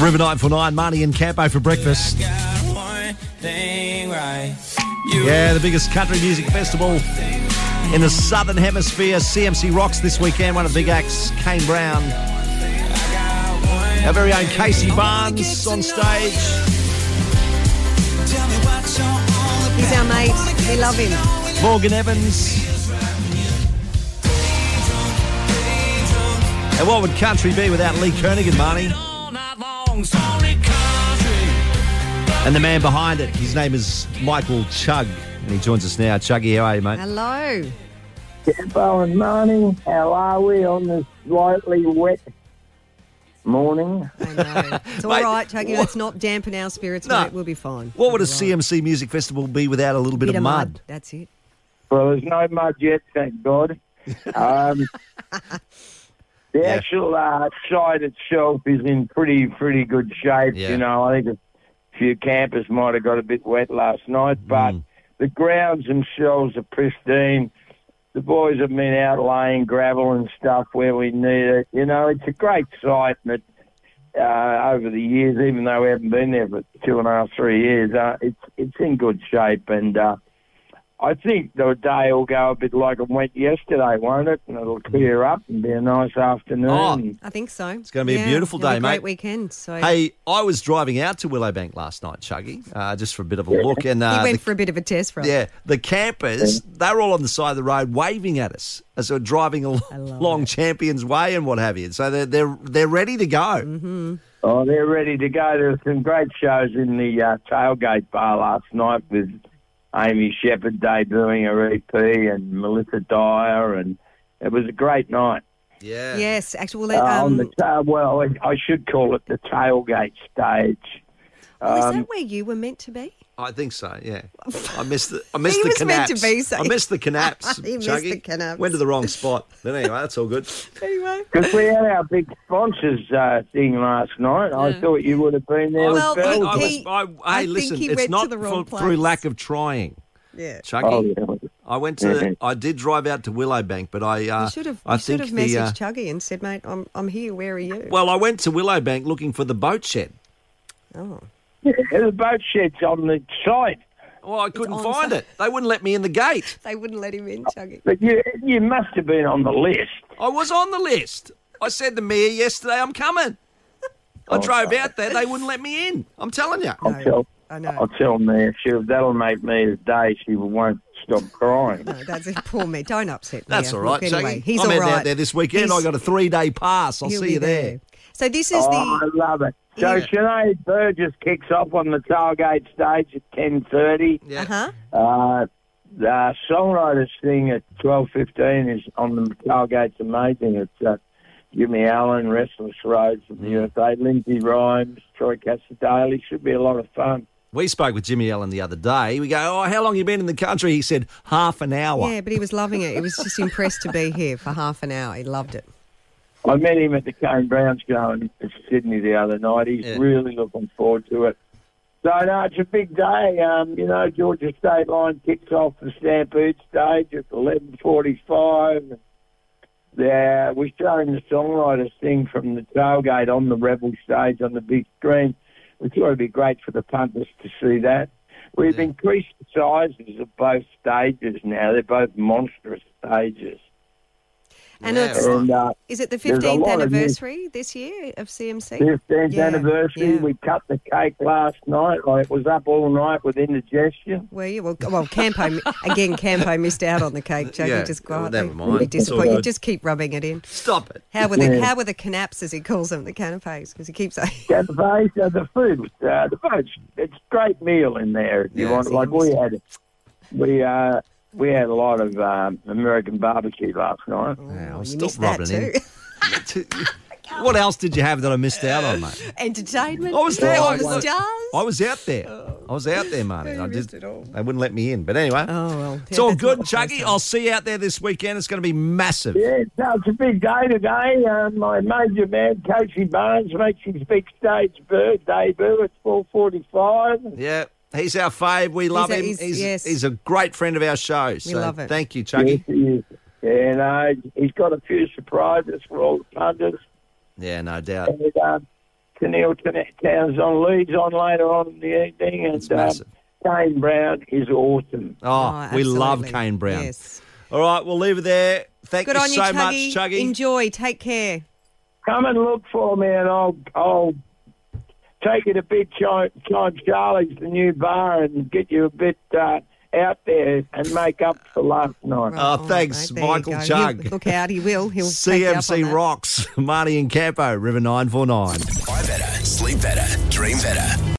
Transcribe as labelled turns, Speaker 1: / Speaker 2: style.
Speaker 1: River 949, Marty and Campo for breakfast. Yeah, the biggest country music festival in the Southern Hemisphere. CMC Rocks this weekend. One of the big acts, Kane Brown. Our very own Casey Barnes on stage.
Speaker 2: He's our mate. We love him.
Speaker 1: Morgan Evans. And what would country be without Lee Kernigan, Marnie? And the man behind it, his name is Michael Chug, and he joins us now. Chuggy, how are you, mate?
Speaker 2: Hello.
Speaker 3: Campo and Marnie, how are we on this slightly wet morning?
Speaker 2: I know. It's all
Speaker 1: Mate,
Speaker 2: right, Chucky.
Speaker 1: what-
Speaker 2: Let's not dampen our spirits,
Speaker 1: No.
Speaker 2: mate. We'll be fine.
Speaker 1: What would a
Speaker 2: We'll be right.
Speaker 1: CMC Music Festival be without a little bit, of mud?
Speaker 2: That's it.
Speaker 3: Well, there's no mud yet, thank God. Um, the
Speaker 1: Yeah.
Speaker 3: actual uh, site itself is in pretty, pretty good shape.
Speaker 1: Yeah.
Speaker 3: You know, I think a few campers might have got a bit wet last night,
Speaker 1: Hmm.
Speaker 3: but the grounds themselves are pristine. The boys have been out laying gravel and stuff where we need it. You know, it's a great site, and it, uh, over the years, even though we haven't been there for two and a half, three years, uh, it's it's in good shape. And uh, I think the day will go a bit like it went yesterday, won't it? And it'll clear up and be a nice afternoon.
Speaker 1: Oh.
Speaker 3: And
Speaker 2: I think so. It's
Speaker 1: gonna be a beautiful day, mate.
Speaker 2: Great weekend. So
Speaker 1: Hey, I was driving out to Willowbank last night, Chuggy, uh, just for a bit of a look, and uh,
Speaker 2: he went
Speaker 1: the-
Speaker 2: for a bit of a test run.
Speaker 1: yeah, the campers they were all on the side of the road waving at us as we we're driving al-
Speaker 2: love
Speaker 1: along Champions Way and what have you. So they're they're they're ready to go.
Speaker 2: Mm-hmm.
Speaker 3: oh, they're ready to go. There were some great shows in the uh, tailgate bar last night with Amy Shepherd debuting her EP and Melissa Dyer, and it was a great night.
Speaker 1: Yeah,
Speaker 2: Yes, actually, well,
Speaker 3: Uh, on
Speaker 2: um,
Speaker 3: the ta- well, I, I should call it the tailgate stage.
Speaker 2: well, oh,
Speaker 3: um,
Speaker 2: is that where you were meant to be?
Speaker 1: I think so. Yeah, I missed the I missed
Speaker 2: He
Speaker 1: the
Speaker 2: was meant
Speaker 1: canaps.
Speaker 2: to be so-
Speaker 1: I missed the canaps.
Speaker 2: He missed
Speaker 1: Chuggy.
Speaker 2: the canaps.
Speaker 1: Went to the wrong spot. But anyway, that's all good.
Speaker 2: Anyway.
Speaker 3: Because we had our big sponsors uh, thing last night. I thought you would have been there.
Speaker 2: Mm. Well,
Speaker 3: with
Speaker 2: he-
Speaker 3: Bell.
Speaker 1: I was-
Speaker 2: he-
Speaker 1: I-
Speaker 2: I
Speaker 1: hey,
Speaker 2: think
Speaker 1: listen,
Speaker 2: he
Speaker 1: it's
Speaker 2: went
Speaker 1: not
Speaker 2: to the wrong
Speaker 1: for- through
Speaker 2: place.
Speaker 1: lack of trying.
Speaker 2: Yeah.
Speaker 1: Chuggy,
Speaker 3: Oh, yeah.
Speaker 1: I went to. I did drive out to Willowbank, but I. Uh,
Speaker 2: You should have.
Speaker 1: I
Speaker 2: You
Speaker 1: think
Speaker 2: should have
Speaker 1: the,
Speaker 2: messaged
Speaker 1: uh,
Speaker 2: Chuggy and said, "Mate, I'm I'm here. Where are you?"
Speaker 1: Well, I went to Willowbank looking for the boat shed.
Speaker 2: oh,
Speaker 3: Yeah, the boat shed's on the site.
Speaker 1: Well, I couldn't
Speaker 2: on
Speaker 1: find
Speaker 2: site.
Speaker 1: it. They wouldn't let me in the gate.
Speaker 2: they wouldn't let him in, Chuggy.
Speaker 3: But you, you must have been on the list.
Speaker 1: I was on the list. I said to Mia yesterday, I'm coming. I drove out there. They wouldn't let me in. I'm telling
Speaker 2: Oh,
Speaker 1: you.
Speaker 3: I'll tell,
Speaker 2: I know.
Speaker 3: I'll tell Mia. She, that'll make Mia day. She won't stop crying.
Speaker 2: No, that's it. Poor me. Don't upset me.
Speaker 1: That's all right.
Speaker 2: Look, anyway,
Speaker 1: Shaggy.
Speaker 2: he's
Speaker 1: I'm
Speaker 2: all
Speaker 1: heading
Speaker 2: right.
Speaker 1: out there this weekend.
Speaker 2: He's-
Speaker 1: I got a three day pass. I'll
Speaker 2: he'll
Speaker 1: see
Speaker 2: be
Speaker 1: you there.
Speaker 2: So this is
Speaker 3: Oh, I
Speaker 2: the.
Speaker 3: love it. So
Speaker 2: Yeah.
Speaker 3: Sinead Burgess kicks off on the tailgate stage at ten thirty.
Speaker 1: Yeah.
Speaker 2: Uh huh.
Speaker 3: Uh, the songwriters thing at twelve fifteen is on the tailgate's amazing. It's uh, Jimmy Allen, Restless Roads from the USA, Lindsay Rhymes, Troy Cassidale. Should be a lot of fun.
Speaker 1: We spoke with Jimmy Allen the other day. We go, Oh, how long you been in the country? He said, Half an hour.
Speaker 2: Yeah, but he was loving it. He was just impressed to be here for half an hour. He loved it.
Speaker 3: I met him at the Kane Brown show in Sydney the other night. He's
Speaker 1: Yeah.
Speaker 3: really looking forward to it. So no, it's a big day. Um, you know, Georgia State Line kicks off the Stampede stage at eleven forty-five. Yeah, we're showing the songwriters thing from the tailgate on the Rebel stage on the big screen. We thought it'd be great for the punters to see that. We've
Speaker 1: Yeah.
Speaker 3: increased the sizes of both stages now. They're both monstrous stages.
Speaker 2: And
Speaker 1: Yeah,
Speaker 2: it's
Speaker 3: And uh,
Speaker 2: is it the
Speaker 3: There's a
Speaker 2: 15th
Speaker 3: lot of new-
Speaker 2: anniversary this year of CMC?
Speaker 3: 15th
Speaker 2: Yeah,
Speaker 3: anniversary.
Speaker 2: yeah.
Speaker 3: We cut the cake last night. Like, it was up all night with indigestion.
Speaker 2: Were you? Well, well, Campo again. Campo missed out on the cake. Jackie
Speaker 1: Yeah,
Speaker 2: just
Speaker 1: well,
Speaker 2: quietly.
Speaker 1: never mind.
Speaker 2: Be
Speaker 1: It's all
Speaker 2: disappointed. You
Speaker 1: good.
Speaker 2: just keep rubbing it in.
Speaker 1: Stop it.
Speaker 2: How were the
Speaker 3: Yeah.
Speaker 2: How were the canaps as he calls them? The canapes because he keeps saying.
Speaker 3: Yeah, the base, uh, the food, was, uh, the boats. It's great meal in there. If you
Speaker 1: Yeah,
Speaker 3: want,
Speaker 2: it's
Speaker 3: like we
Speaker 2: nice.
Speaker 3: had, we uh, we had a lot of um, American barbecue last night.
Speaker 1: Now,
Speaker 2: Oh, you
Speaker 1: stop
Speaker 2: missed that
Speaker 1: rubbing
Speaker 2: too.
Speaker 1: in. what else did you have that I missed out on, mate?
Speaker 2: Entertainment.
Speaker 1: I was there.
Speaker 2: all
Speaker 1: I
Speaker 2: the
Speaker 1: was-
Speaker 2: stars.
Speaker 1: I was out there. I was out there, Marnie.
Speaker 2: Oh. you
Speaker 1: I
Speaker 2: missed
Speaker 1: just,
Speaker 2: it all.
Speaker 1: They wouldn't let me in. But anyway,
Speaker 2: Oh, well,
Speaker 1: it's
Speaker 2: yeah,
Speaker 1: all
Speaker 2: that's
Speaker 1: good,
Speaker 2: not the first
Speaker 1: Chucky.
Speaker 2: time.
Speaker 1: I'll see you out there this weekend. It's going to be massive.
Speaker 3: Yeah, no, it's a big day today. Um, my major man, Casey Barnes, makes his big stage bird debut at four forty-five.
Speaker 1: Yeah, he's our fave. We love
Speaker 2: a-
Speaker 1: him.
Speaker 2: he's-
Speaker 1: He's, he's,
Speaker 2: yes.
Speaker 1: a great friend of our show. We so
Speaker 2: love it.
Speaker 1: Thank you,
Speaker 3: Yes,
Speaker 1: Chucky.
Speaker 3: he is. And uh, he's got a few surprises for all the punters.
Speaker 1: Yeah, no doubt.
Speaker 3: And, um, Tennille Towns on leads on later on in the evening. And
Speaker 1: It's massive.
Speaker 3: Um, Kane Brown is awesome.
Speaker 1: Oh, we love
Speaker 2: absolutely.
Speaker 1: Kane Brown.
Speaker 2: Yes.
Speaker 1: All right, we'll leave it there. Thank
Speaker 2: Good
Speaker 1: you
Speaker 2: on
Speaker 1: so
Speaker 2: you,
Speaker 1: much,
Speaker 2: Chuggy.
Speaker 1: Chuggy.
Speaker 2: Enjoy. Take care.
Speaker 3: Come and look for me, and I'll I'll take you to Big Chi- Time Charlie's, the new bar, and get you a bit uh, out there and make up for last night.
Speaker 1: Oh, thanks,
Speaker 2: there you
Speaker 1: Michael
Speaker 2: go.
Speaker 1: Chugg.
Speaker 2: He'll- Look out, he will. He'll take you up on
Speaker 1: CMC
Speaker 2: that.
Speaker 1: Rocks, Marty and Campo, River 949.
Speaker 4: Buy better, sleep better, dream better.